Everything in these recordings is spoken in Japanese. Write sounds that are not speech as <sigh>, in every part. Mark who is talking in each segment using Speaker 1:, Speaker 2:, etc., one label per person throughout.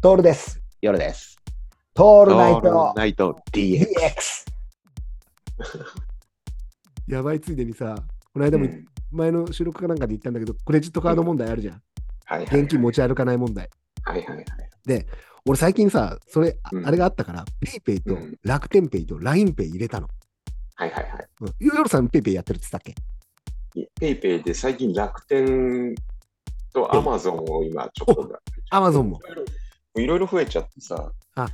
Speaker 1: トールです。
Speaker 2: 夜です。
Speaker 1: ト
Speaker 2: オ
Speaker 1: ールナイト
Speaker 2: DX。
Speaker 1: DX。
Speaker 3: <laughs> やばいついでにさ、この間も
Speaker 2: うん
Speaker 3: 前の収録かなんかで言ったんだけど、クレジットカード問題あるじゃん。
Speaker 2: はいはいはい
Speaker 3: 現金持ち歩かない問題。
Speaker 2: はいはいはい。
Speaker 3: 俺最近さ、それ、あ
Speaker 2: うん
Speaker 3: あれがあったから、ペイペイと
Speaker 2: うん
Speaker 3: 楽天ペイと LINEPay 入れたの。
Speaker 2: はいはいは
Speaker 3: うん、ヨロさんペイペイやってるって言ってたっけ
Speaker 2: い。ペイペイで最近楽天とアマゾンを今ちょっとだ。
Speaker 3: アマゾンも。
Speaker 2: いろいろ増えちゃってさ。
Speaker 3: あ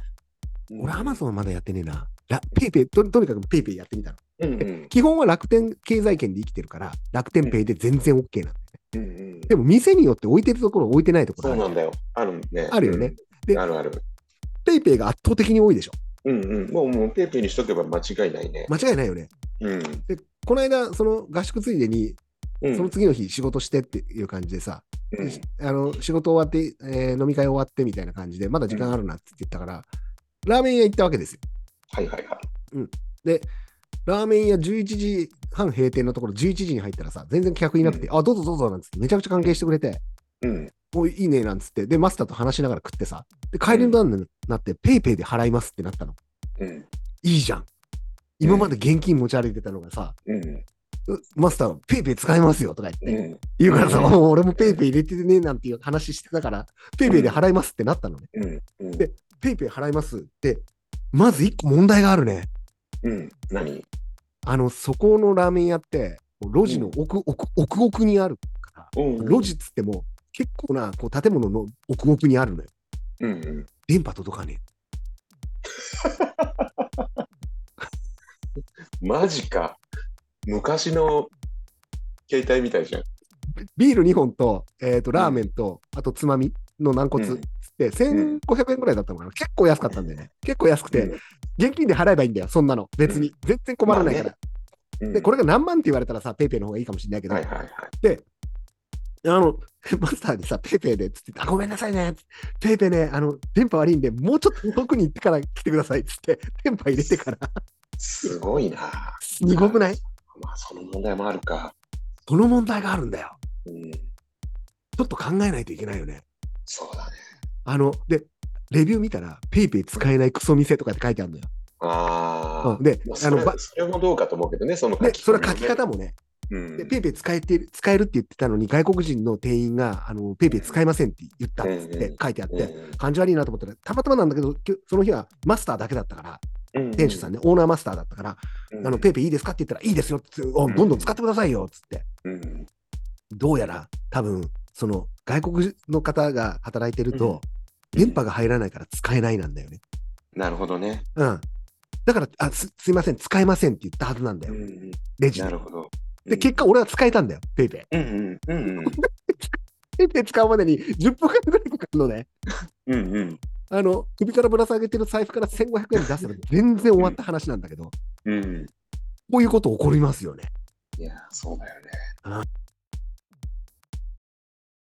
Speaker 2: うん、
Speaker 3: 俺アマゾンまだやってねえな。ラペイペイと、とにかくペイペイやってみたの。
Speaker 2: ン。うんうん
Speaker 3: 基本は楽天経済圏で生きてるから、楽天ペイで全然 OK なの。
Speaker 2: うんうん。
Speaker 3: でも店によって置いてるところ置いてないところ
Speaker 2: そ
Speaker 3: あ
Speaker 2: う
Speaker 3: るじ
Speaker 2: な
Speaker 3: ゃん
Speaker 2: んだよ。あるね。
Speaker 3: あるよね
Speaker 2: うん。
Speaker 3: で
Speaker 2: あるある。
Speaker 3: ペイペイが圧倒的に多いでしょ。
Speaker 2: うんうん。もうもうペイペイにしとけば間違いないね。
Speaker 3: 間違いないよね。
Speaker 2: うん。
Speaker 3: で、この間、その合宿ついでに、
Speaker 2: うん
Speaker 3: その次の日仕事してっていう感じでさ、
Speaker 2: うん
Speaker 3: あの仕事終わって、えー飲み会終わってみたいな感じで、まだ時間あるなって言ったから、ラーメン屋行ったわけですよ。
Speaker 2: はいはいはい。
Speaker 3: ラーメン屋11時半閉店のところ、11時に入ったらさ、全然客いなくて、あ、どうぞどうぞなんつって、めちゃくちゃ関係してくれて、
Speaker 2: うん。
Speaker 3: おいいいねなんつって、で、マスターと話しながら食ってさ、で、帰りの段になって、ペイペイで払いますってなったの。
Speaker 2: うん。
Speaker 3: いいじゃん。今まで現金持ち歩いてたのがさ、
Speaker 2: うん。
Speaker 3: うマスター、ペイペイ使いますよとか言って、
Speaker 2: うん。
Speaker 3: 言うからさ、
Speaker 2: うん
Speaker 3: もう俺もペイペイ入れてねえなんていう話してたから、ペイペイで払いますってなったのね。
Speaker 2: うん。うん。
Speaker 3: でペイペイ払いますって、まず一個問題があるね。
Speaker 2: うん。何
Speaker 3: あの、そこのラーメン屋って、路地の奥、奥、奥奥にあるから、路地っつっても、結構なこう建物の奥奥にあるのよ。
Speaker 2: うんうん。
Speaker 3: 電波届かね
Speaker 2: マジか。昔の携帯みたいじゃん。
Speaker 3: え。ビール2本と、えっ、と、ラーメンと、あとつまみの軟骨
Speaker 2: う
Speaker 3: つ
Speaker 2: ん
Speaker 3: って、1500円ぐらいだったのかな。結構安かったんだよね。結構安くて、現金で払えばいいんだよ、そんなの。別に。全然困らないから。
Speaker 2: うん、
Speaker 3: で、こ
Speaker 2: れ、
Speaker 3: れが何万って言われたらさ、ペイペイの方がいいかもしれないけど、
Speaker 2: はいはいはい。
Speaker 3: あの、 <laughs> マスターにさ、ペイペイで、つって言って、あ、ごめんなさいね、ペイペイね、あの、電波悪いんで、もうちょっと遠くに行ってから来てください、つって、 <laughs> 電波入れてから、
Speaker 2: すごいな。
Speaker 3: すごくない
Speaker 2: まあ、その問題もあるか。
Speaker 3: その問題があるんだよ。
Speaker 2: うん、
Speaker 3: ちょっと考えないといけないよね。
Speaker 2: そうだね。
Speaker 3: あの、で、レビュー見たら、ペイペイ使えないクソ店とかって書いてあるのよ。
Speaker 2: あ
Speaker 3: う
Speaker 2: あ
Speaker 3: ん、。で
Speaker 2: まあ、、
Speaker 3: あ
Speaker 2: そ
Speaker 3: の、
Speaker 2: れ
Speaker 3: ば
Speaker 2: それもどうかと思うけどね、その
Speaker 3: で、それは
Speaker 2: ね
Speaker 3: 書き方もね、
Speaker 2: うん、
Speaker 3: でペイペイ使えてる、使えるって言ってたのに、外国人の店員が、あの、ペイペイ使えませんって言ったっつっ
Speaker 2: うんう
Speaker 3: て
Speaker 2: ん
Speaker 3: 書いてあっ
Speaker 2: うん
Speaker 3: て、感じ悪いなと思ったら、たまたまなんだけど、きょその日はマスターだけだったから、
Speaker 2: うん、
Speaker 3: 店主さんね、オーナーマスターだったから、
Speaker 2: うん、
Speaker 3: あのペイペイいいですかって言ったら、いいですよっつって、お
Speaker 2: うん
Speaker 3: どんどん使ってくださいよっつって、
Speaker 2: うん、
Speaker 3: どうやら多分その外国の方が働いてると、電波が入らないから使えないなんだよね。
Speaker 2: なるほどね。
Speaker 3: うん。だからあす、すいません、使えませんって言ったはずなんだ
Speaker 2: う
Speaker 3: よ、
Speaker 2: ん、
Speaker 3: レジ
Speaker 2: なる
Speaker 3: で。
Speaker 2: ほど。
Speaker 3: で、結果、俺は使えたんだよ、ペイペイ。
Speaker 2: うんうんうん
Speaker 3: ペイペイ使うまでに10分間ぐらいかかるのね。
Speaker 2: うんうんうん
Speaker 3: あの首からぶら下げてる財布から1500円出せば全然終わった話なんだけど、こ
Speaker 2: うん。
Speaker 3: ういうこと起こりますよね。
Speaker 2: いや、そうだよね。